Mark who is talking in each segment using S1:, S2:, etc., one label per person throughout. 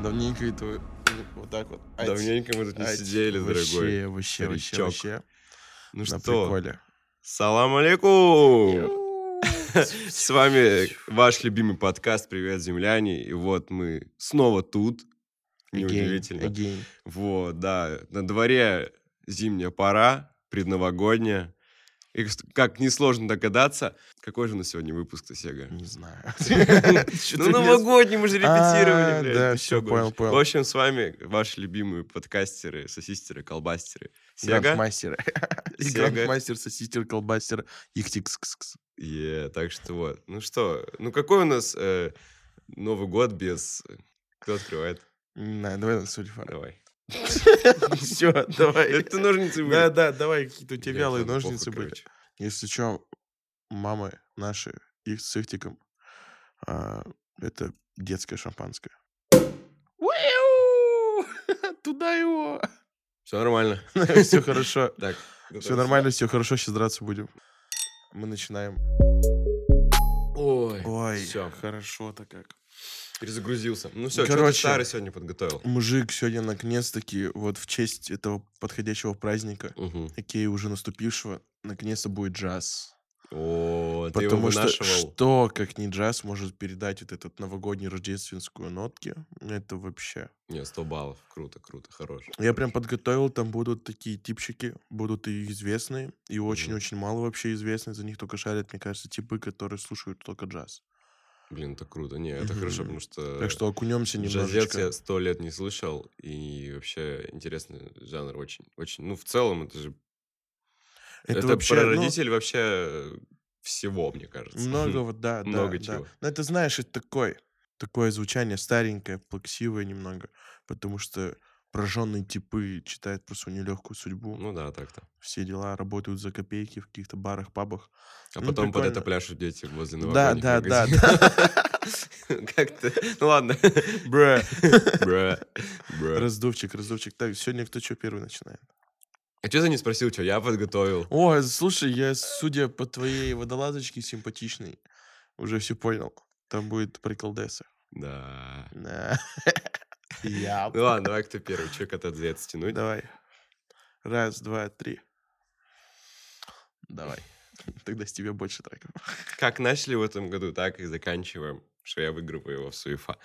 S1: выкидываю. Вот так вот. Ать,
S2: Давненько мы тут не
S1: ать.
S2: сидели, дорогой.
S1: А Вообще, вообще, вообще,
S2: старичок.
S1: вообще.
S2: Ну
S1: На
S2: что,
S1: приколе.
S2: салам алейкум! С вами ваш любимый подкаст «Привет, земляне». И вот мы снова тут.
S1: Again,
S2: Неудивительно.
S1: again.
S2: Вот, да. На дворе зимняя пора, предновогодняя. И кс- как несложно догадаться, какой же у нас сегодня выпуск-то, Сега?
S1: Не знаю.
S2: Ну, новогодний мы же
S1: А,
S2: репетировали, блядь.
S1: да,
S2: ты
S1: всё,
S2: чё
S1: понял,
S2: гонишь?
S1: понял.
S2: В общем, с вами ваши любимые подкастеры, сосистеры, колбастеры. Сега.
S1: Грандмастер. И
S2: Сега.
S1: Грандмастер, сосистер, колбастер. Ихтикс.
S2: Е, так что вот. Ну что, ну какой у нас э, Новый год без... э, Кто открывает?
S1: На, давай на Сульфар.
S2: Давай.
S1: Все, давай.
S2: Это ножницы были.
S1: Да, да, давай, какие-то у тебя
S2: Блядь,
S1: вялые
S2: ладно,
S1: ножницы
S2: похуй,
S1: были.
S2: короче.
S1: Если что, мамы наши, их с Ихтиком, а, это детское шампанское. Туда его!
S2: Все нормально.
S1: Все хорошо.
S2: Так.
S1: Все нормально, все хорошо, сейчас драться будем. Мы начинаем.
S2: Ой,
S1: Ой,
S2: всё.
S1: хорошо-то как.
S2: перезагрузился. Ну все,
S1: Короче.
S2: короче, старый сегодня подготовил.
S1: Мужик сегодня наконец-таки, вот в честь этого подходящего праздника,
S2: Мгм.
S1: окей, уже наступившего, наконец-то будет джаз.
S2: О, ты его
S1: Потому что
S2: вынашивал.
S1: что, как не джаз, может передать вот этот новогодний рождественскую нотки? Это вообще...
S2: Не, 100 баллов. Круто, круто, хорош.
S1: Я прям подготовил, там будут такие типчики, будут и известные, и очень-очень мало вообще известные, за них только шарят, мне кажется, типы, которые слушают только джаз.
S2: Блин, это круто. Не, это
S1: Мгм.
S2: хорошо, потому что...
S1: Так что окунемся
S2: Джазец
S1: немножечко.
S2: я сто лет не слышал, и вообще интересный жанр очень, очень. Ну, в целом, это же это,
S1: ну,
S2: прародитель вообще всего, мне кажется. Хм.
S1: Много вот, да, да,
S2: Много
S1: да.
S2: чего.
S1: Но это, знаешь, это такое, такое звучание старенькое, плаксивое немного, потому что прожженные типы читают про свою нелегкую судьбу,
S2: Ну да, так-то.
S1: все дела работают за копейки в каких-то барах, пабах.
S2: А
S1: Ну,
S2: потом под это
S1: прикольно.
S2: пляшут дети возле
S1: Да,
S2: новогодних
S1: да, да,
S2: магазинов. Как ты? Ну ладно.
S1: Бра.
S2: Бра, бра.
S1: Раздувчик, раздувчик. Так, сегодня кто что первый начинает?
S2: А что за не спросил, что я подготовил?
S1: О, слушай, я, судя по твоей водолазочке симпатичной, уже все понял. Там будет приколдеса.
S2: Да.
S1: Да. Я.
S2: Ну ладно, давай кто первый, что кота за стянуть?
S1: Давай. Раз, два, три. Давай. Тогда с тебя больше треков.
S2: как начали в этом году, так и заканчиваем, что я выигрываю его в суефа.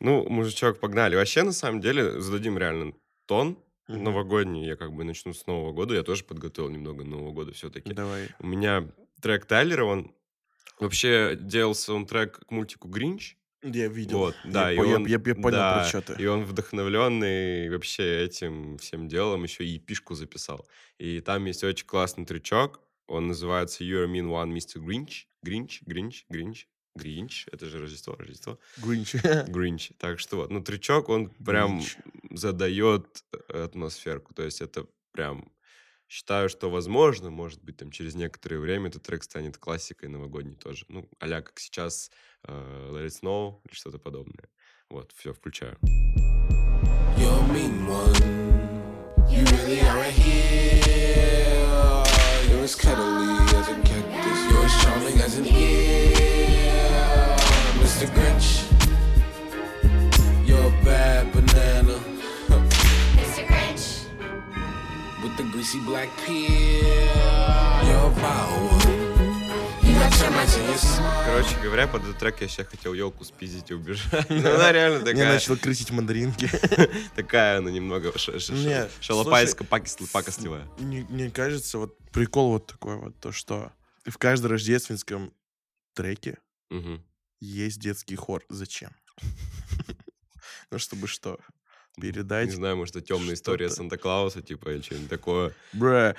S2: Ну, мужичок, погнали. Вообще, на самом деле, зададим реально тон
S1: Мгм.
S2: новогодний. Я как бы начну с Нового года. Я тоже подготовил немного Нового года все-таки.
S1: Давай.
S2: У меня трек Тайлера, он вообще делал саундтрек к мультику «Гринч».
S1: Я видел.
S2: Вот, да,
S1: я,
S2: и
S1: по- я-
S2: он-
S1: я- я понял
S2: да,
S1: про что ты.
S2: И он вдохновленный вообще этим всем делом еще и пишку записал. И там есть очень классный трючок. Он называется You're Mean One Mr. Grinch. Grinch, Grinch, Grinch, Grinch. Это же Рождество, Рождество.
S1: Гринч.
S2: Grinch. Так что вот. Ну, трючок, он прям
S1: Гринч.
S2: задает э, атмосферку. То есть это прям... Считаю, что возможно, может быть, там через некоторое время этот трек станет классикой новогодней тоже. Ну, а как сейчас э, Let It Snow или что-то подобное. Вот, все, включаю.
S3: You're a mean one. You really are a heel. You're as cuddly as a cactus. You're as charming as an eel. Mr. Grinch, you're a bad banana
S4: Mr. Grinch.
S3: with the greasy black peel. You're a vile one. You got termites in your smile.
S2: Короче говоря, под этот трек я сейчас хотел елку спиздить и убежать. Но она реально
S1: Мне
S2: такая,
S1: начал крысить мандаринки.
S2: такая она немного ш- ш-
S1: Не,
S2: ш- шалопайско-пакостливая.
S1: Мне, мне кажется, вот прикол вот такой вот, то что в каждом рождественском треке
S2: Мгм.
S1: есть детский хор. Зачем? Ну, чтобы что?
S2: Не
S1: Передать
S2: знаю, может, это темная история
S1: что-то.
S2: Санта-Клауса, типа, или что-нибудь такое.
S1: Бра.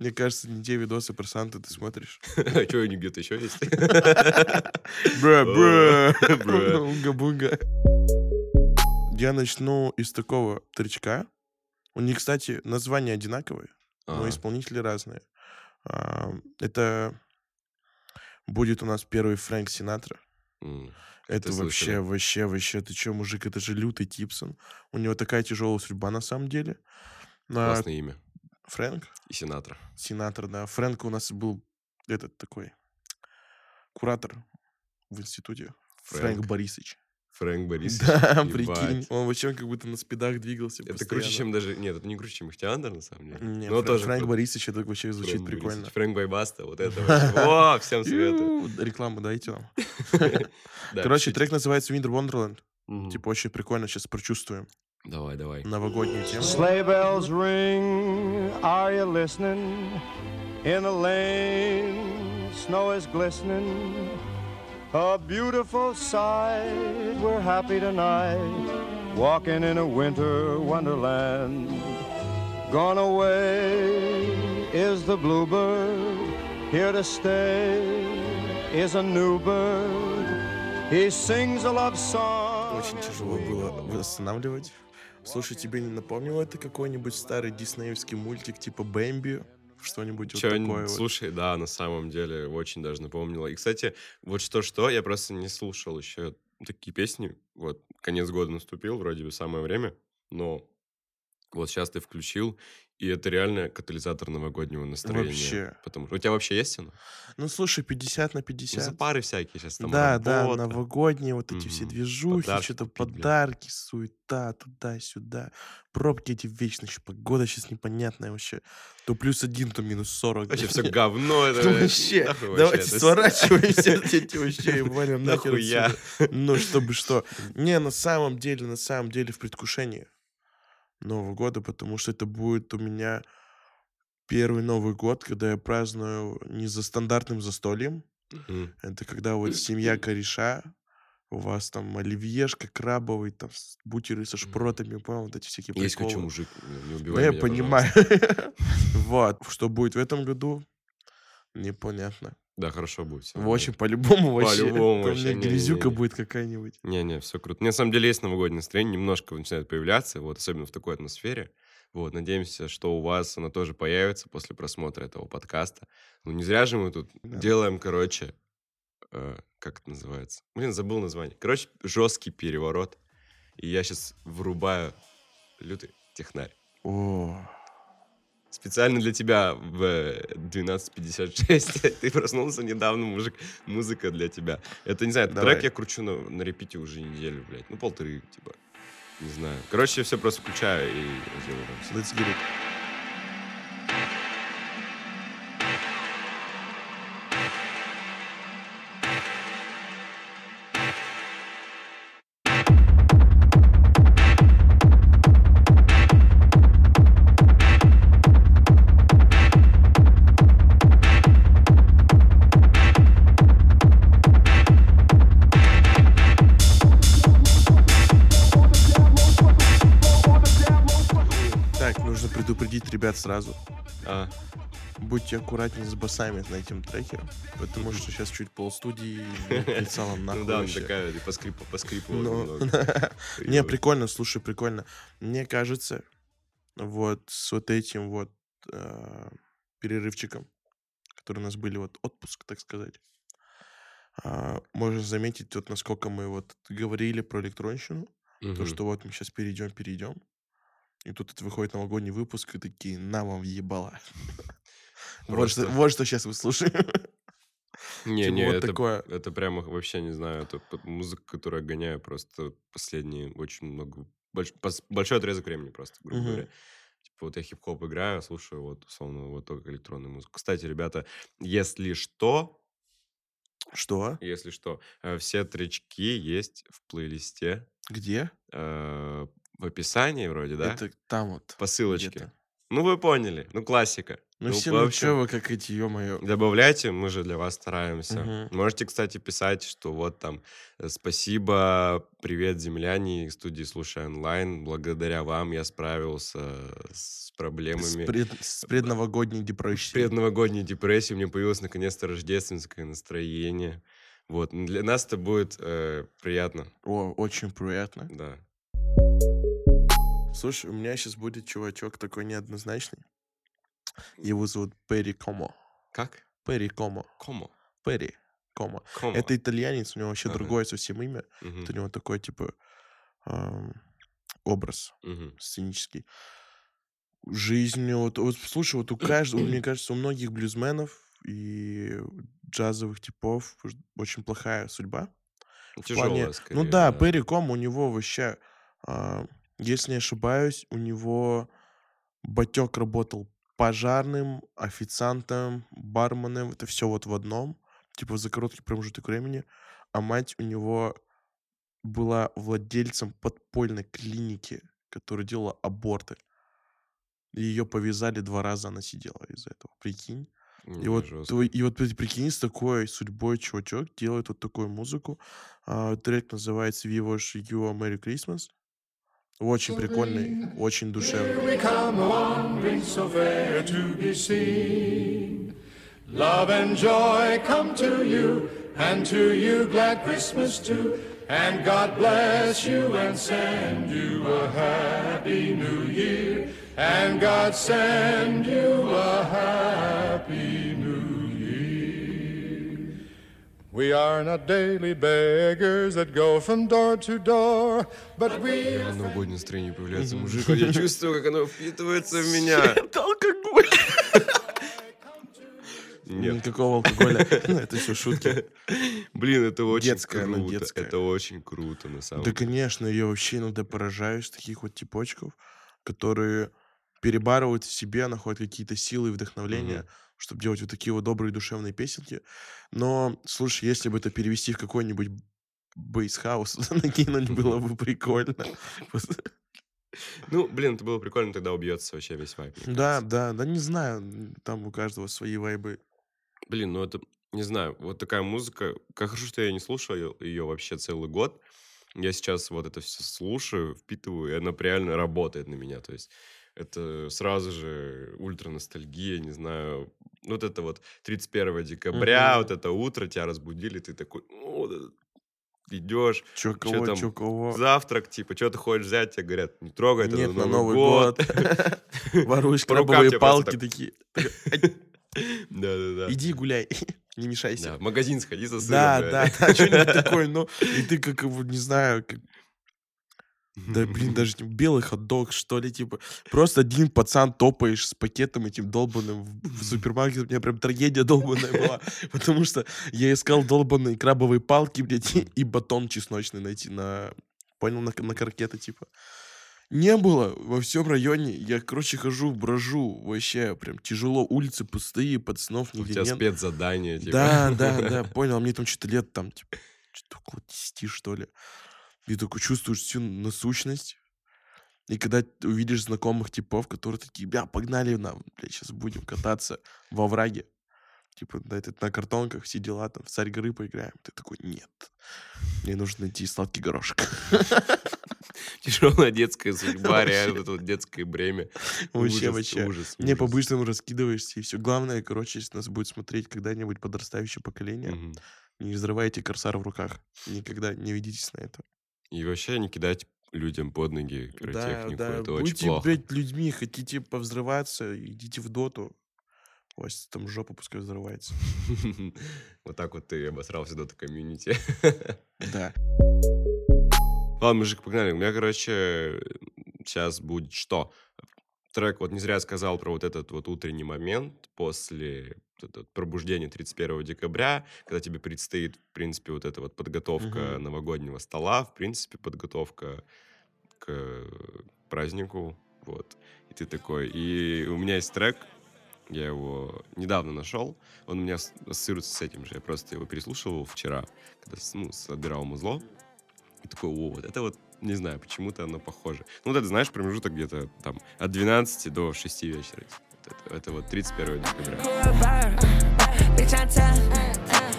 S1: Мне кажется, не те видосы про Санта ты смотришь.
S2: А что, они где-то еще есть?
S1: Бра, бра.
S2: Бра.
S1: Унга-бунга. Я начну из такого тречка. У них, кстати, названия одинаковые, но
S2: А,
S1: исполнители разные. А, Это будет у нас первый Фрэнк Синатра.
S2: м.
S1: Это
S2: Это слышали.
S1: вообще, вообще, вообще, ты че, мужик, это же лютый Типсон. У него такая тяжелая судьба на самом деле. На-
S2: Классное имя.
S1: Фрэнк?
S2: И сенатор.
S1: сенатор, да. Фрэнк у нас был этот такой куратор в институте. Фрэнк,
S2: Фрэнк.
S1: Борисович.
S2: Фрэнк Борисович.
S1: Да,
S2: ебать.
S1: прикинь. Он вообще как будто на спидах двигался.
S2: Это
S1: постоянно.
S2: круче, чем даже... Нет, это не круче, чем Ихтиандр, на самом деле.
S1: Не,
S2: Но
S1: Фрэ-
S2: тоже
S1: Ну, Фрэнк
S2: кру-
S1: Борисович, это вообще
S2: Фрэнк
S1: звучит
S2: Борисович.
S1: прикольно.
S2: Фрэнк Байбаста, вот это вообще. О, всем советую.
S1: Ю, Рекламу дайте вам.
S2: Да,
S1: Короче,
S2: пишите.
S1: трек называется Winter Wonderland.
S2: Мгм.
S1: Типа очень прикольно, сейчас прочувствуем
S2: Давай, давай.
S1: новогоднюю тему.
S5: Sleigh bells ring, are you listening? In the lane, snow is glistening. A beautiful sight, we're happy tonight. Walking in a winter wonderland. Gone away is the bluebird. Here to stay is a new bird. He sings a love song.
S1: Очень
S5: as
S1: тяжело
S5: we
S1: было
S5: go
S1: восстанавливать. Слушай, тебе не напомнило это какой-нибудь старый диснеевский мультик типа Бэмби? Что-нибудь вот
S2: Чё, н-
S1: такое вот.
S2: слушай, да, на самом деле очень даже напомнило. И, кстати, вот что-что, я просто не слушал еще такие песни. Вот, конец года наступил, вроде бы самое время, но вот сейчас ты включил, и это реально катализатор новогоднего настроения.
S1: Вообще.
S2: Потому что у тебя вообще есть оно?
S1: Ну слушай, 50 на
S2: Ну,
S1: 50.
S2: запары всякие сейчас там.
S1: Да, да,
S2: работа.
S1: новогодние вот эти все
S2: Мгм.
S1: движухи,
S2: Подарки
S1: что-то
S2: купить, блин.
S1: подарки, суета, туда-сюда. Пробки эти вечно, еще погода сейчас непонятная вообще. То плюс один, то минус 40.
S2: Вообще все говно. это
S1: Ну, Вообще,
S2: нахуй вообще
S1: давайте
S2: это с-
S1: сворачиваемся от эти вообще и валим нахер
S2: Нахуя?
S1: отсюда. Ну, чтобы что. Не, на самом деле, на самом деле в предвкушении Нового года, потому что это будет у меня первый Новый год, когда я праздную не за стандартным застольем,
S2: Мгм.
S1: это когда вот семья кореша, у вас там оливьешка крабовый, там с- бутеры со шпротами, понял, вот эти всякие
S2: Есть
S1: приколы.
S2: куча мужик, не- не
S1: Да
S2: убивай
S1: Ну, я
S2: меня,
S1: понимаю.
S2: пожалуйста.
S1: Вот, что будет в этом году, непонятно.
S2: Да, хорошо будет. всё
S1: В
S2: нормально.
S1: общем, по-любому вообще.
S2: По-любому
S1: Там у
S2: вообще,
S1: меня
S2: не-не-не.
S1: грязюка будет какая-нибудь.
S2: Не-не, все круто. На самом деле есть новогоднее настроение, немножко начинает появляться, вот, особенно в такой атмосфере. Вот, надеемся, что у вас оно тоже появится после просмотра этого подкаста. Ну, не зря же мы тут
S1: Да.
S2: делаем, короче, э, как это называется? Блин, забыл название. Короче, жесткий переворот. И я сейчас врубаю лютый технарь.
S1: О,
S2: Специально для тебя в э, 12.56. Ты проснулся недавно, мужик. Музыка для тебя. Это, не знаю, этот
S1: Давай.
S2: трек я кручу на, на репите уже неделю, блядь. Ну, полторы, типа. Не знаю. Короче, я все просто включаю и делаю там всё.
S1: let's get it. Так, нужно предупредить ребят сразу.
S2: А,
S1: Будьте аккуратнее с басами на этом треке, потому что сейчас чуть полстудии писала нахуй
S2: ну да, она
S1: вообще.
S2: такая, и по скрипу, по скрипу
S1: Ну.
S2: немного.
S1: Не, прикольно, слушай, прикольно. Мне кажется, вот с вот этим вот э, перерывчиком, который у нас были, вот отпуск, так сказать, а, можно заметить, вот насколько мы вот говорили про электронщину, то,
S2: Мгм.
S1: что вот мы сейчас перейдем, перейдем. И тут это выходит новогодний выпуск, и такие, на вам ебала. Вот что,
S2: Просто.
S1: вот что сейчас вы слушаете.
S2: Не,
S1: Типа
S2: не,
S1: вот
S2: это
S1: такое.
S2: Это прямо вообще не знаю. Это п- музыка, которую я гоняю просто последние очень много... больш- пос- большой отрезок времени просто, грубо
S1: Мгм.
S2: говоря. Типа вот я хип-хоп играю, слушаю вот условно вот только электронную музыку. Кстати, ребята, если что,
S1: Что?
S2: если что, э, все тречки есть в плейлисте
S1: Где?
S2: э, в описании вроде, да?
S1: Это там вот.
S2: По ссылочке.
S1: где-то.
S2: Ну вы поняли, ну классика.
S1: Ну все,
S2: в
S1: ну
S2: общем,
S1: чё вы как эти, ё-моё.
S2: Добавляйте, мы же для вас стараемся.
S1: Мгм.
S2: Можете, кстати, писать, что вот там э, спасибо, привет, земляне, из студии слушай онлайн. Благодаря вам я справился с
S1: С,
S2: проблемами.
S1: пред- с предновогодней депрессией.
S2: Предновогодней депрессии у меня появилось наконец-то рождественское настроение. Вот, ну, для нас это будет э, приятно,
S1: О, очень приятно.
S2: да.
S1: Слушай, у меня сейчас будет чувачок такой неоднозначный. Его зовут Перри Комо.
S2: Как?
S1: Перри Комо.
S2: Комо?
S1: Перри Комо.
S2: Комо.
S1: Это итальянец, у него вообще
S2: Ага.
S1: другое совсем имя.
S2: Мгм,
S1: Вот у него такой, типа, ам, образ
S2: мгм.
S1: сценический. Жизнь, у него вот, вот слушай, вот у каждого, мне кажется, у многих блюзменов и джазовых типов ж- очень плохая судьба. В
S2: Тяжелая,
S1: плане-
S2: скорее,
S1: ну да,
S2: да.
S1: Перри Ком у него вообще, а, если не ошибаюсь, у него батек работал пожарным, официантом, барменом. Это все вот в одном, типа за короткий промежуток времени. А мать у него была владельцем подпольной клиники, которая делала аборты. Ее повязали два раза, она сидела из-за этого. Прикинь.
S2: Ну,
S1: И вот,
S2: жестко.
S1: твой- и вот при- прикинь, с такой судьбой чувачок делает вот такую музыку. А, трек называется We Wash You a Merry Christmas. Очень прикольный, очень душевный.
S5: we come wandering so fair to be seen. Love and joy come to you, and to you glad Christmas too. And God bless you and send you a happy new year. And God send you a happy new year. We are not daily beggars that go from door to door, but we
S2: На Новогоднее настроение появляется мужик. а Я чувствую, как оно впитывается в меня.
S1: Это алкоголь!
S2: Нет.
S1: Никакого алкоголя. Ну, Это все шутки.
S2: Блин, это очень
S1: Детская она,
S2: круто.
S1: детская.
S2: Это очень круто, на самом
S1: Да,
S2: деле.
S1: конечно, я вообще иногда поражаюсь таких вот типочков, которые перебарывают в себе, а находят какие-то силы и вдохновления, чтобы делать вот такие вот добрые душевные песенки. Но, слушай, если бы это перевести в какой-нибудь бейсхаус, накинуть было бы прикольно.
S2: Ну, блин, это было прикольно, тогда убьется вообще весь вайп. мне
S1: Да,
S2: кажется.
S1: да, да, не знаю, м, там у каждого свои вайбы.
S2: Блин, ну это, не знаю, вот такая музыка. Как хорошо, что я не слушал ее, вообще целый год. Я сейчас вот это все слушаю, впитываю, и она реально работает на меня. То есть это сразу же ультра ностальгия, не знаю. Вот это вот 31 декабря,
S1: Мгм.
S2: вот это утро, тебя разбудили, ты такой, «Ну, вот это». идешь,
S1: Чё
S2: Чё
S1: кого,
S2: там?
S1: чё кого.
S2: завтрак, типа, что ты хочешь взять, тебе говорят, не трогай, это
S1: Нет,
S2: на Новый год.
S1: Воруешь
S2: По рукам
S1: крабовые
S2: тебя просто
S1: палки
S2: так.
S1: такие.
S2: Да-да-да.
S1: Иди гуляй, не мешайся.
S2: Да, в магазин сходи со э, сыном.
S1: Да,
S2: блядь.
S1: да, да, что-нибудь такое, ну, и ты как, его, не знаю, как- да, блин, даже не- белый хот-дог, что ли, типа, просто один пацан топаешь с пакетом этим долбанным в, в супермаркете, у меня прям трагедия долбанная была, потому что я искал долбанные крабовые палки, блядь, и, и батон чесночный найти на, понял, на, на каркеты, типа. Не было во всем районе. Я, короче, хожу, брожу. Вообще, прям тяжело. Улицы пустые, пацанов
S2: У
S1: нигде
S2: тебя
S1: нет.
S2: спецзадание, типа.
S1: Да, да, да, понял. а Мне там что-то лет там, типа, что-то около 10, что ли. И такой чувствуешь всю насущность. И когда т- увидишь знакомых типов, которые такие, бля, погнали нам, бля, сейчас будем кататься во враге. Типа, на, этот, на картонках все дела, там, в царь горы поиграем. Ты такой, нет, мне нужно найти сладкий горошек.
S2: Тяжелая детская судьба, реально, вот это вот детское бремя.
S1: Вообще,
S2: Ужас,
S1: вообще.
S2: Ужас,
S1: Не,
S2: ужас.
S1: по-быстрому раскидываешься, и все. Главное, короче, если нас будет смотреть когда-нибудь подрастающее поколение,
S2: Мгм.
S1: не взрывайте корсар в руках. Никогда не ведитесь на это.
S2: И вообще не кидать людям под ноги пиротехнику, это очень
S1: будьте,
S2: плохо.
S1: блядь, людьми, хотите повзрываться, идите в доту. У вас там жопа пускай взрывается.
S2: Вот так вот ты обосрался до комьюнити.
S1: Да.
S2: Ладно, мужик, погнали. У меня, короче, сейчас будет что? Трек, вот не зря я сказал про вот этот вот утренний момент после вот этого пробуждения 31 декабря, когда тебе предстоит, в принципе, вот эта вот подготовка
S1: Мгм.
S2: новогоднего стола, в принципе, подготовка к празднику, вот. И ты такой... И у меня есть трек, я его недавно нашел, он у меня ас- ассоциируется с этим же, я просто его переслушивал вчера, когда с- ну, собирал музло, и такой, о, вот это вот, не знаю, почему-то оно похоже. Ну, вот это, знаешь, промежуток где-то там от 12 до 6 вечера. Вот Это, это вот 31 декабря.
S6: Burr. Bitch, I'm tough.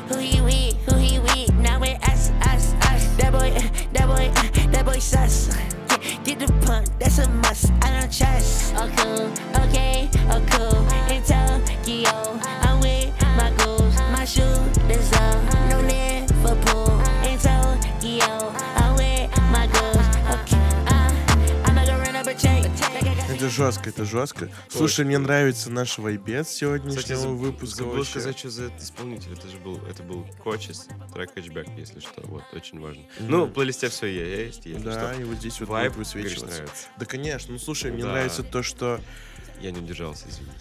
S6: Who he with? Who he with? Now it us, us, us. That boy, uh, that boy, uh, that boy sus. Get- Get the punk, that's a must. I don't trust. Oh cool, okay, oh cool. In Tokyo, I'm with my goals. My shooters up, no Liverpool. In Tokyo, I'm with my goals. Okay, uh, I'm not gonna run up a chain. Like I got
S1: Это жестко, это жестко. Слушай, мне нравится наш вайбец сегодняшнего
S2: заб-
S1: выпуска.
S2: забыл
S1: вообще.
S2: сказать, что за этот исполнитель. Это же был, это был Кочес, трек Хэтчбэк, если что. Вот, очень важно. Ну, в плейлисте все есть, если
S1: Да,
S2: что.
S1: и вот здесь вот
S2: Вайб,
S1: будет
S2: говоришь,
S1: высвечиваться.
S2: нравится.
S1: Да, конечно. Ну, слушай, мне
S2: Да.
S1: нравится то, что...
S2: Я не удержался, извините.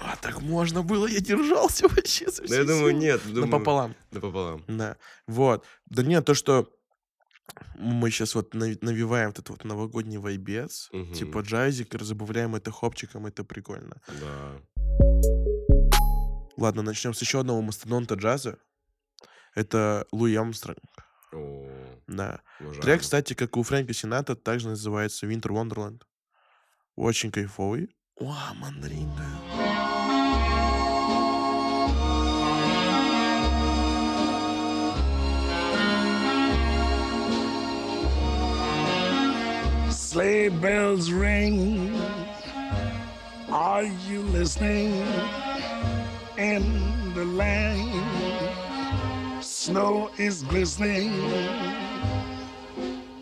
S1: А, так можно было, я держался вообще за
S2: Да Ну, я
S1: всю
S2: думаю,
S1: силу.
S2: нет. думаю-
S1: Напополам.
S2: Напополам.
S1: Да. Вот. Да нет, то, что мы сейчас вот нави- навиваем этот вот новогодний вайбец,
S2: Мгм.
S1: типа джазик, разбавляем это хопчиком, это прикольно.
S2: Да.
S1: Ладно, начнем с еще одного мастодонта джаза. Это Луи Амстронг,
S2: О,
S1: да.
S2: уважаю.
S1: Трек, кстати, как и у Фрэнка Сената, также называется Winter Wonderland. Очень кайфовый. О, мандаринка.
S7: Sleigh bells ring. Are you listening? In the lane, snow is glistening.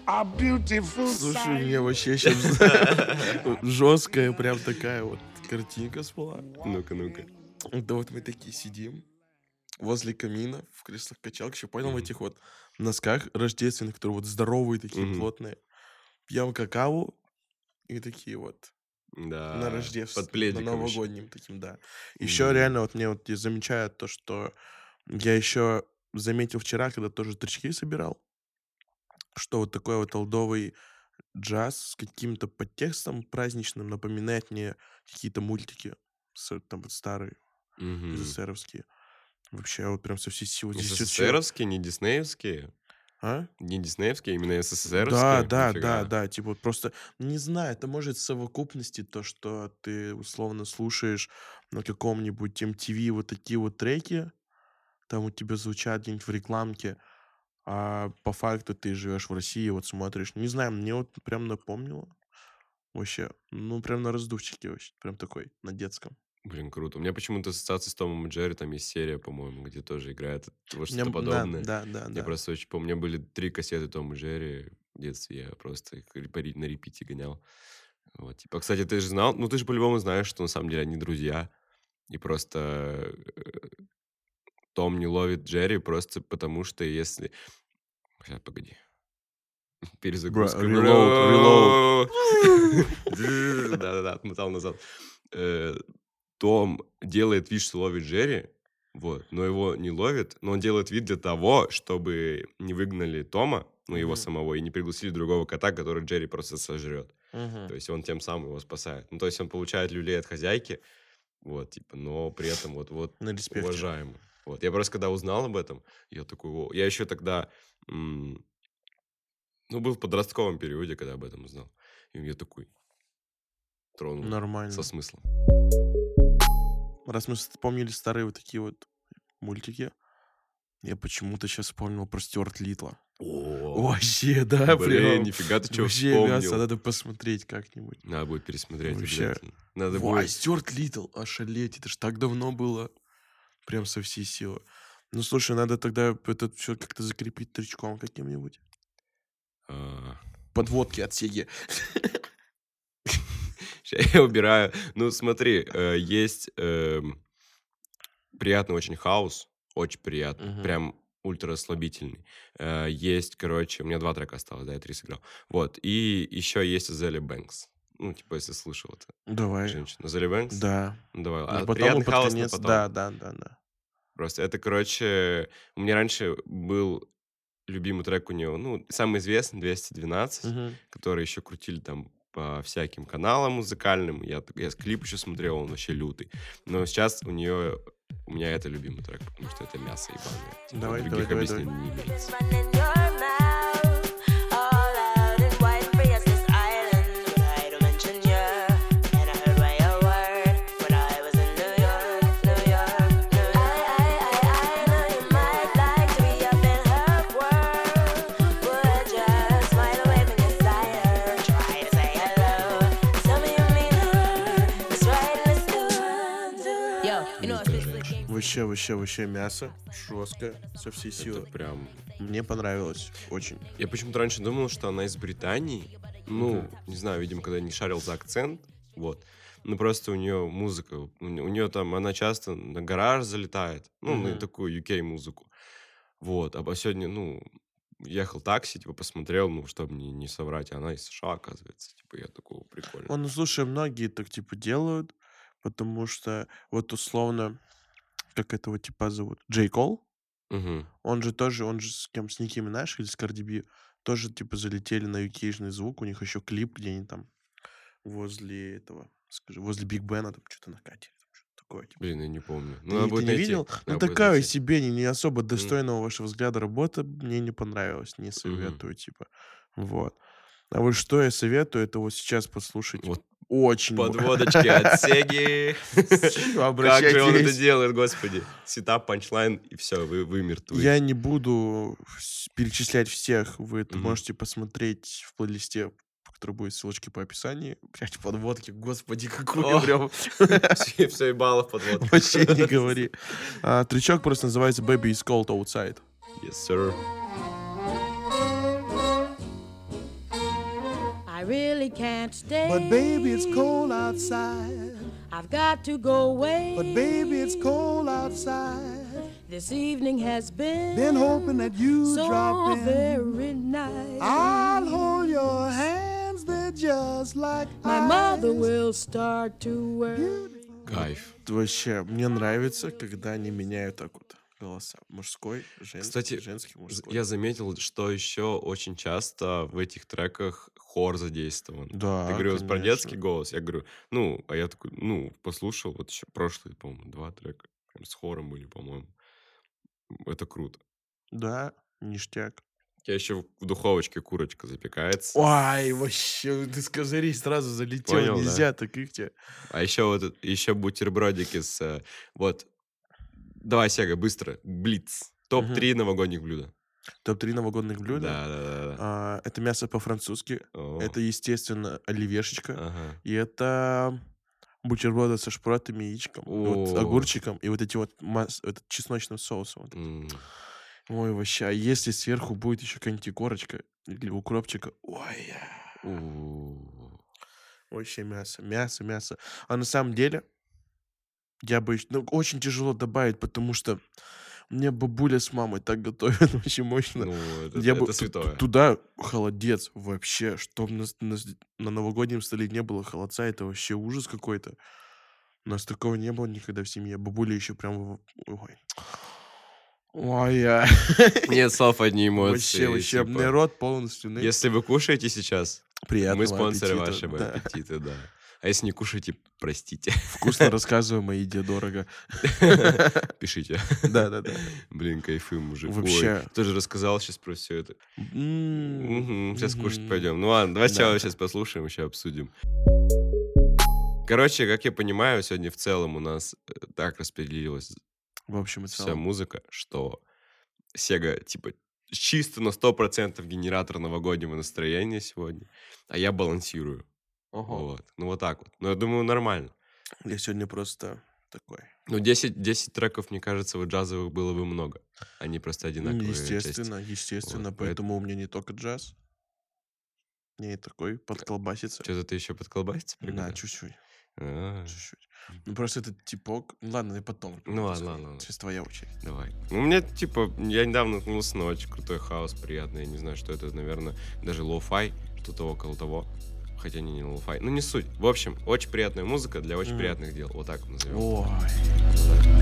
S7: A beautiful
S1: Слушай, у
S7: sight.
S1: меня вообще сейчас жесткая прям такая вот картинка спала.
S2: Ну-ка, ну-ка.
S1: Да вот мы такие сидим возле камина в креслах качалках еще понял, в
S2: Мгм.
S1: этих вот носках рождественных, которые вот здоровые такие,
S2: Мгм.
S1: плотные. Пьем какао и такие вот
S2: Да.
S1: на рождественском,
S2: А, Под пледиком
S1: на
S2: ещё.
S1: новогодним таким, да. Еще
S2: Мгм.
S1: реально вот мне вот я замечаю то, что я еще заметил вчера, когда тоже тречки собирал, что вот такой вот олдовый джаз с каким-то подтекстом праздничным напоминает мне какие-то мультики с- там вот старые
S2: Мгм. Ну,
S1: СССРовские. Вообще, а вот прям со всей силы. Здесь вообще-
S2: СССРовские, не диснеевские?
S1: А?
S2: Не диснеевские, именно СССРовские?
S1: Да, да,
S2: Нифига.
S1: да, да. Типа вот просто, не знаю, это может в совокупности то, что ты условно слушаешь на каком-нибудь MTV вот такие вот треки, там у тебя звучат где-нибудь в рекламке, а по факту ты живешь в России, вот смотришь. Не знаю, мне вот прям напомнило. Вообще, ну прям на раздувчике вообще, прям такой, на детском.
S2: Блин, круто. У меня почему-то ассоциации с Томом и Джерри, там есть серия, по-моему, где тоже играет вот
S1: Мне м-
S2: что-то
S1: да,
S2: подобное.
S1: Да, да,
S2: Я
S1: да.
S2: просто очень помню, у меня были три кассеты Тома и Джерри в детстве, я просто их ре- по ре- на репите гонял. Вот, типа, кстати, ты же знал, ну ты же по-любому знаешь, что на самом деле они друзья, и просто э, Том не ловит Джерри просто потому, что если... Сейчас, погоди. Перезагрузка.
S1: reload,
S2: Reload. Да-да-да, отмотал назад. Э, Том делает вид, что ловит Джерри, вот, но его не ловит, но он делает вид для того, чтобы не выгнали Тома, ну, его
S1: Мгм.
S2: самого, и не пригласили другого кота, который Джерри просто сожрет.
S1: Мгм.
S2: То есть он тем самым его спасает. Ну, то есть он получает люлей от хозяйки, вот, типа, но при этом вот, вот
S1: На респекте.
S2: уважаемый. Вот. Я просто когда узнал об этом, я такой, «О». я еще тогда, м, ну, был в подростковом периоде, когда об этом узнал. И я такой тронул
S1: Нормально.
S2: со смыслом.
S1: раз мы вспомнили старые вот такие вот мультики, я почему-то сейчас вспомнил про Стюарт Литла. Вообще, да,
S2: Блин,
S1: прям.
S2: нифига ты чего
S1: Вообще, мясо,
S2: вспомнил.
S1: надо посмотреть как-нибудь.
S2: Надо будет пересмотреть
S1: Вообще.
S2: обязательно. Надо
S1: Ой,
S2: будет.
S1: Стюарт Литл, ошалеть, это ж так давно было. Прям со всей силы. Ну, слушай, надо тогда это все как-то закрепить тречком каким-нибудь.
S2: А,
S1: Подводки от Сеги.
S2: Сейчас я убираю. Ну, смотри, э, есть эм, приятный очень хаос. Очень приятный.
S1: Мгм.
S2: Прям ультраслабительный. Э, есть, короче, у меня два трека осталось, да, я три сыграл. Вот. И еще есть Зелли Бэнкс. Ну, типа, если слышал это.
S1: Давай.
S2: Женщина. Зелли Бэнкс?
S1: Э, Да.
S2: Ну, давай.
S1: Ну,
S2: А
S1: потом
S2: приятный
S1: мы под
S2: хаос на
S1: конец-
S2: потом.
S1: Да, да, да, да.
S2: Просто это, короче, у меня раньше был любимый трек у него, ну, самый известный, 212
S1: Мгм.
S2: которые еще крутили там по всяким каналам музыкальным. Я, т- я клип еще смотрел, он вообще лютый. Но сейчас у нее у меня это любимый трек, потому что это мясо ебаное. Типа,
S1: Давай,
S2: других
S1: давай, давай,
S2: объяснений не
S6: It's
S2: имеется.
S6: running your mouth all out and wide free as this island. But I don't mention you, and I heard by your word when I was in New York, New York, New York. I, I, I, I know you might like to be up in her world. Would you smile away my desire? Try to say hello. Tell me you mean her. It's right, let's do it. Yo, you know it's like game.
S1: Вообще, вообще, вообще мясо. Жесткое, со всей
S2: Это
S1: силы.
S2: прям...
S1: Мне понравилось. Очень.
S2: Я почему-то раньше думал, что она из Британии. Ну, не знаю, видимо, когда я не шарил за акцент. Вот. Ну, просто у нее музыка. У, нее там, она часто на гараж залетает. Ну, на
S1: Мгм.
S2: такую UK-музыку. Вот. А по- сегодня, ну, ехал такси, типа, посмотрел, ну, чтобы не, не соврать. Она из США, оказывается. Типа, я такого прикольно.
S1: Он, ну, слушай, многие так типа делают, потому что вот условно, как этого типа зовут, Джей Кол,
S2: Мгм.
S1: он же тоже, он же с кем, с Никими Наш или с Карди Би тоже, типа, залетели на юкейшный звук. У них еще клип, где они там возле этого, скажи, возле Биг Бена там что-то накатили. Там что-то такое, типа.
S2: Блин, я не помню.
S1: Ты,
S2: Ну, надо
S1: не- ты
S2: будет
S1: не
S2: найти.
S1: видел?
S2: Надо
S1: Ну,
S2: будет
S1: такая
S2: найти.
S1: себе, не, не особо достойного вашего взгляда работа. Мне не понравилась, не советую, типа. Вот. А вот что я советую, это вот сейчас послушать.
S2: Вот
S1: Очень... мо-
S2: Подводочки от Сеги. Как же он это
S1: Обращайтесь.
S2: делает, господи. Сетап, панчлайн, и все, вы, вы мертвы.
S1: Я не буду вс- перечислять всех. Вы это
S2: Мгм.
S1: можете посмотреть в плейлисте, по которой будет ссылочки по описанию. Блять, подводки, господи, какую
S2: О.
S1: прям.
S2: Все, все ебало в подводке.
S1: Вообще не говори. А, Тречок просто называется Baby is Cold Outside.
S2: Yes, sir.
S8: I really can't stay.
S9: But baby, it's cold outside.
S8: I've got to go away.
S9: But baby, it's cold outside.
S8: This evening has been,
S9: Been hoping that you
S8: so
S9: drop in.
S8: very nice.
S9: I'll hold your hands, they're just like
S8: My
S9: ice.
S8: mother will start to worry.
S2: Кайф.
S1: Вообще, мне нравится, когда они меняют так вот голоса. Мужской, женский,
S2: Кстати,
S1: женский,
S2: З-
S1: мужской.
S2: Я заметил, что еще очень часто в этих треках хор задействован.
S1: Да,
S2: Ты говорил про
S1: конечно.
S2: детский голос, я говорю, ну, а я такой, ну, послушал, вот еще прошлые, по-моему, два трека прям с хором были, по-моему. Это круто.
S1: Да, ништяк.
S2: У тебя еще в духовочке курочка запекается.
S1: Ой, вообще, ты с козырей сразу залетел.
S2: Понял, да.
S1: Нельзя таких тебе.
S2: А еще вот это- еще бутербродики с... э, Вот. Давай, Сега, быстро. Блиц. Топ-3 новогодних блюда.
S1: Топ-3 новогодних блюда.
S2: Да, да, да. да.
S1: А, это мясо по-французски.
S2: О, А.
S1: Это, естественно, оливешечка.
S2: ага.
S1: И это бутерброды со шпротами, яичком, и вот с
S2: О.
S1: огурчиком и вот эти вот мас- этот чесночным соусом. Вот.
S2: М,
S1: Ой, вообще, а если сверху будет еще какая-нибудь икорочка или укропчика, ой, а,
S2: у.
S1: вообще мясо, мясо, мясо. А на самом деле, я бы, ещё- ну, очень тяжело добавить, потому что мне бабуля с мамой так готовят очень мощно.
S2: Ну, это,
S1: Я бы
S2: это
S1: ту- ту-
S2: святое.
S1: туда холодец вообще, чтоб на, с- на с- на новогоднем столе не было холодца, это вообще ужас какой-то. У нас такого не было никогда в семье. Бабуля еще прям... в- Ой. Ой, а.
S2: Нет слов, одни эмоции.
S1: Вообще, вообще,
S2: типа.
S1: мне рот полностью... ны-
S2: Если вы кушаете сейчас,
S1: Приятного
S2: мы спонсоры
S1: аппетита,
S2: вашего
S1: да.
S2: аппетита, да. А если не кушаете, простите,
S1: Вкусно рассказываем о еде дорого.
S2: пишите.
S1: Да-да-да.
S2: Блин, кайфуем мужик. Ой,
S1: Вообще.
S2: Тоже рассказал сейчас про все это.
S1: М,
S2: Мгм, Сейчас кушать
S1: мгм.
S2: пойдем. Ну ладно, давай
S1: Да.
S2: сначала сейчас послушаем, еще обсудим. Короче, как я понимаю, сегодня в целом у нас э, так распределилась
S1: В общем и
S2: вся
S1: целом.
S2: музыка, что Сега, типа, чисто на 100% генератор новогоднего настроения сегодня, а я балансирую.
S1: Ого.
S2: Вот. Ну, вот так вот. Но я думаю, нормально.
S1: Я сегодня просто такой...
S2: Ну, 10, 10 треков, мне кажется, вот джазовых было бы много. Они просто
S1: Ну,
S2: одинаковые. части.
S1: Естественно, естественно.
S2: Вот, поэт-
S1: Поэтому у меня не только джаз. Мне и
S2: Э,
S1: такой подколбасится.
S2: Что-то ты еще подколбасится?
S1: Да, чуть-чуть,
S2: А.
S1: чуть-чуть. Ну, просто этот типок... Ну, ладно, я потом.
S2: Ну, ладно,
S1: расскажу.
S2: ладно, ладно.
S1: Сейчас твоя очередь.
S2: Давай. Ну, у меня, типа, я недавно наткнулся на очень крутой хаос, приятный. Я не знаю, что это, наверное, даже лоу-фай, что-то около того. Хотя не, не лоу-фай. Ну, не суть. В общем, очень приятная музыка для очень
S1: Мгм.
S2: приятных дел. Вот так вот назовем.
S1: Ой.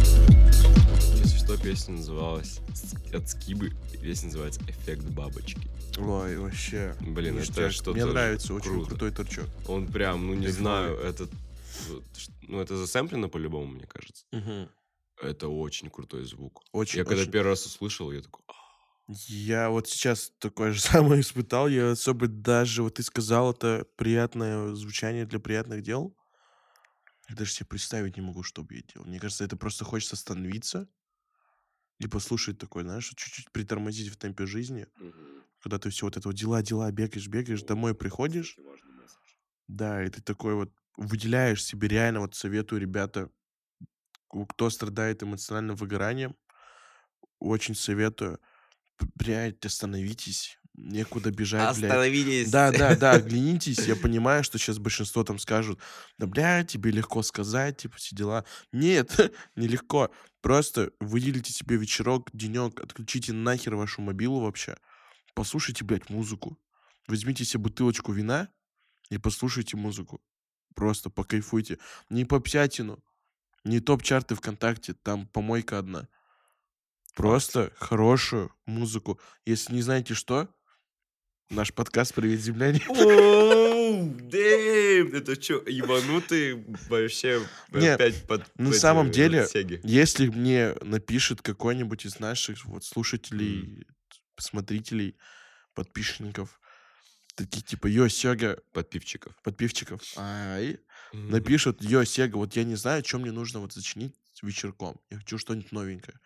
S2: Если что, песня называлась «Ск- «От скибы». и Песня называется «Эффект бабочки».
S1: Ой, вообще.
S2: Блин, это
S1: ништяк.
S2: что-то
S1: Мне нравится, очень
S2: круто.
S1: крутой торчок.
S2: Он прям, ну, не
S1: Кайфовый.
S2: знаю, это... вот, ш- Ну, это засэмплено по-любому, мне кажется. Это очень крутой звук.
S1: Очень,
S2: я когда
S1: очень.
S2: первый раз услышал, я такой... «А,
S1: Я вот сейчас такое же самое испытал. Я особо даже, вот ты сказал, это приятное звучание для приятных дел. Я даже себе представить не могу, что бы я делал. Мне кажется, это просто хочется остановиться и послушать такое, знаешь, чуть-чуть притормозить в темпе жизни. Когда ты все вот это вот дела, дела, бегаешь, бегаешь, домой приходишь. Да, и ты такой вот выделяешь себе реально, вот советую, ребята, у- кто страдает эмоциональным выгоранием, очень советую, п- блядь, остановитесь, некуда бежать, блядь.
S2: Остановитесь.
S1: Да, да, да, оглянитесь. Я понимаю, что сейчас большинство там скажут, да, бля, тебе легко сказать, типа, все дела. Нет, нелегко. Просто выделите себе вечерок, денек, отключите нахер вашу мобилу вообще. Послушайте, блядь, музыку. Возьмите себе бутылочку вина и послушайте музыку. Просто покайфуйте. Не по пятину, не топ-чарты ВКонтакте, там помойка одна. Просто хорошую музыку. Если не знаете что, Наш подкаст «Привет, земляне».
S2: Оу, дэйм, это чё, ебанутый вообще
S1: Не,
S2: опять под...
S1: на
S2: эти,
S1: самом
S2: э,
S1: деле-
S2: Сеги.
S1: Если мне напишет какой-нибудь из наших вот слушателей, смотрителей, подписчиков, такие типа «Йо, Сега»,
S2: Подпивчиков.
S1: подписчиков, ай, напишут «Йо, Сега, вот я не знаю, что мне нужно вот зачинить вечерком, я хочу что-нибудь новенькое».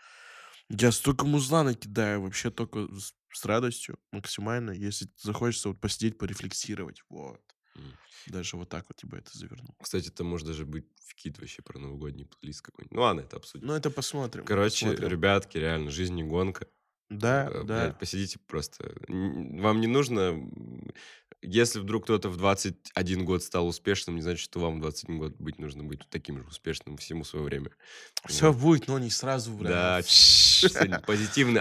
S1: Я столько музла накидаю, вообще только с, с радостью максимально, если захочется вот посидеть, порефлексировать, вот.
S2: Мгм.
S1: Даже вот так вот тебя это завернул.
S2: Кстати, это может даже быть вкид вообще про новогодний плейлист какой-нибудь. Ну ладно, это обсудим.
S1: Ну, это посмотрим.
S2: Короче,
S1: посмотрим.
S2: ребятки, реально, жизнь не гонка.
S1: Да,
S2: Э,
S1: да.
S2: блядь, посидите просто. Н- Вам не нужно... м, Если вдруг кто-то в 21 год стал успешным, не значит, что вам в 21 год быть нужно быть таким же успешным всему свое время.
S1: Все будет, но не сразу,
S2: Да,
S1: бля.
S2: сегодня позитивно,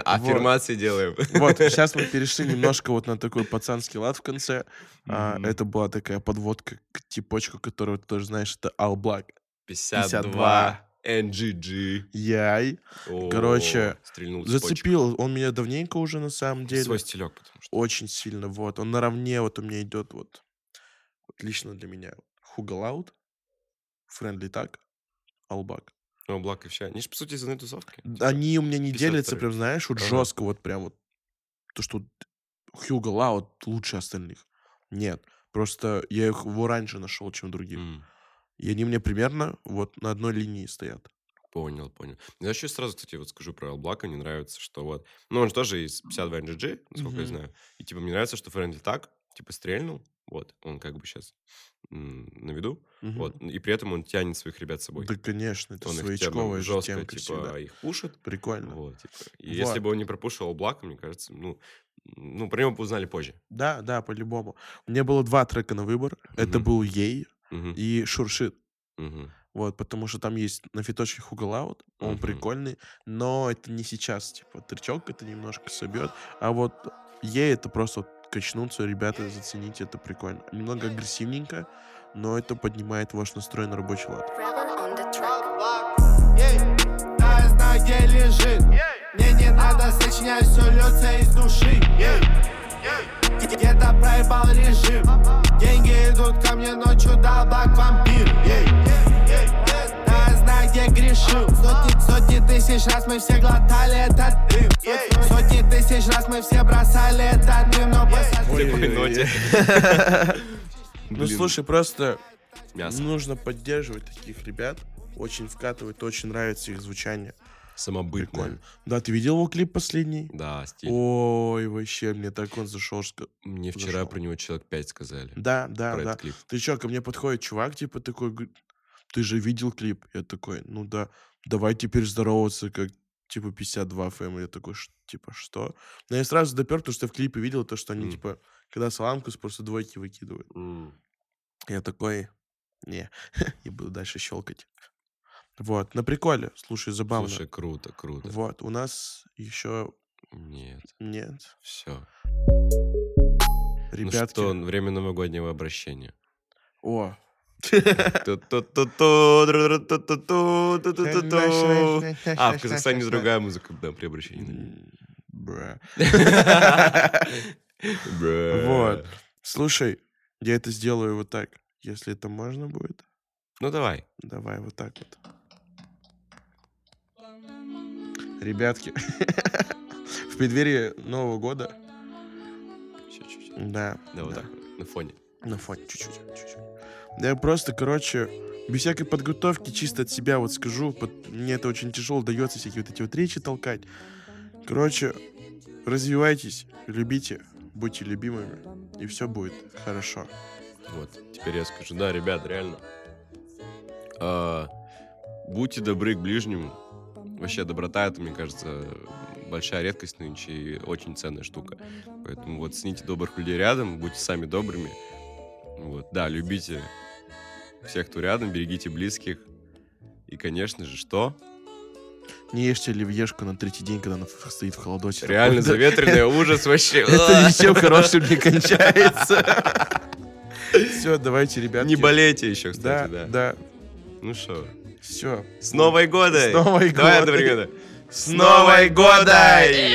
S2: аффирмации делаем.
S1: Вот, сейчас мы перешли немножко вот на такой пацанский лад в конце. А,
S2: Мгм.
S1: Это была такая подводка к типочку, которого ты тоже знаешь, это All Black.
S2: 52 NGG.
S1: Яй.
S2: О,
S1: Короче,
S2: стрельнул цепочкой.
S1: Зацепил он меня давненько уже, на самом деле.
S2: Свой стилек, потому что...
S1: Очень сильно, вот. Он наравне вот у меня идет вот. вот лично для меня. Хугалаут, Friendly Tag, All Black.
S2: Ну, Блак и все. Они же, по сути, из одной тусовки.
S1: Они у меня не
S2: 52.
S1: делятся, прям, знаешь, вот
S2: Ага.
S1: жестко, вот прям вот то, что Хьюго Лаут лучше остальных. Нет. Просто я их его раньше нашел, чем других.
S2: М,
S1: И они мне примерно вот на одной линии стоят.
S2: Понял, понял. Я еще сразу, кстати, вот скажу про Блака. Мне нравится, что вот... Ну, он же тоже из 52 NGG, насколько я
S1: Мгм.
S2: знаю. И, типа, мне нравится, что Френдли так, типа, стрельнул. Вот, он как бы сейчас на виду.
S1: Мгм.
S2: Вот. И при этом он тянет своих ребят с собой.
S1: Да, конечно, это
S2: он их
S1: своячковая
S2: тянет
S1: же
S2: жестко,
S1: темка
S2: типа,
S1: всегда.
S2: их пушит.
S1: Прикольно.
S2: Вот, типа. И если
S1: Вот.
S2: бы он не пропушил Блака, мне кажется, ну, ну, про него бы узнали позже.
S1: Да, да, по-любому. У меня было два трека на выбор. Это
S2: Мгм.
S1: был Ей
S2: Мгм,
S1: и Шуршит.
S2: мгм.
S1: Вот, потому что там есть на фиточке Хугалаут, он
S2: Мгм.
S1: прикольный, но это не сейчас, типа, тречок это немножко собьет, а вот ей это просто вот качнуться, ребята, зацените, это прикольно. Немного агрессивненько, но это поднимает ваш настрой на рабочий лад.
S10: Праздно ей лежит Мне не надо сочинять, все льется из души Ей. Где-то проебал режим Деньги идут ко мне ночью, да благ вампир Ей. Да, знаю, где грешил сотни, сотни тысяч раз мы все глотали этот дым Сот- Сотни тысяч раз мы все бросали этот дым Но посмотри,
S2: В такой ноте.
S1: Ну,
S2: Блин.
S1: слушай, просто
S2: Мясо.
S1: нужно поддерживать таких ребят, очень вкатывает, очень нравится их звучание.
S2: Самобытное.
S1: Прикольно. Да, ты видел его клип последний?
S2: Да, стиль.
S1: Ой, вообще, мне так он зашел. что-
S2: Мне вчера
S1: зашел.
S2: про него человек 5 сказали.
S1: Да, да,
S2: про
S1: да.
S2: этот клип.
S1: ты чё, ко мне подходит чувак, типа такой, г- ты же видел клип? Я такой, ну да, давай теперь здороваться, как типа 52 ФМ. Я такой, «Ш- типа, что? Но я сразу допер, потому что в клипе видел то, что они,
S2: Мгм.
S1: типа, когда саламку с просто двойки выкидывают.
S2: М.
S1: Я такой, не, я буду дальше щелкать. Вот, на приколе, слушай, забавно.
S2: Слушай, круто, круто.
S1: вот, у нас еще
S2: Нет,
S1: нет.
S2: все. Ну
S1: Ребятки,
S2: что, время новогоднего обращения.
S1: о,
S2: Ту-ту-ту-ту-ту-ту-ту-ту-ту-ту. А, в Казахстане другая музыка, да, при обращении.
S1: м, бра.
S2: Бра.
S1: Вот. Слушай, я это сделаю вот так. Если это можно будет,
S2: Ну давай.
S1: давай вот так вот. Ребятки, в преддверии Нового года,
S2: Ещё чуть-чуть.
S1: да,
S2: Да, вот так. вот, На фоне.
S1: на фоне Ну, чуть-чуть, чуть-чуть. Я просто, короче, без всякой подготовки, чисто от себя вот скажу, под- мне это очень тяжело дается всякие вот эти вот речи толкать. Короче, развивайтесь, любите, будьте любимыми, и все будет хорошо.
S2: Вот, теперь я скажу. Да, ребят, реально. А, будьте добры к ближнему. Вообще, доброта, это, мне кажется, большая редкость нынче и очень ценная штука. Поэтому вот цените добрых людей рядом, будьте сами добрыми. Вот, да, любите всех, кто рядом, берегите близких. И, конечно же, что?
S1: Не ешьте оливьешку на третий день, когда она ф- стоит в холодосе.
S2: Реально
S1: Да.
S2: заветренный ужас вообще.
S1: Это ничем хорошим не кончается. Все, давайте, ребятки.
S2: Не болейте еще,
S1: Да,
S2: кстати, да.
S1: да.
S2: Ну что,
S1: Все.
S2: с Новой годом!
S1: С Новой
S2: Давай
S1: годой!
S2: одновременно. С Новой годой!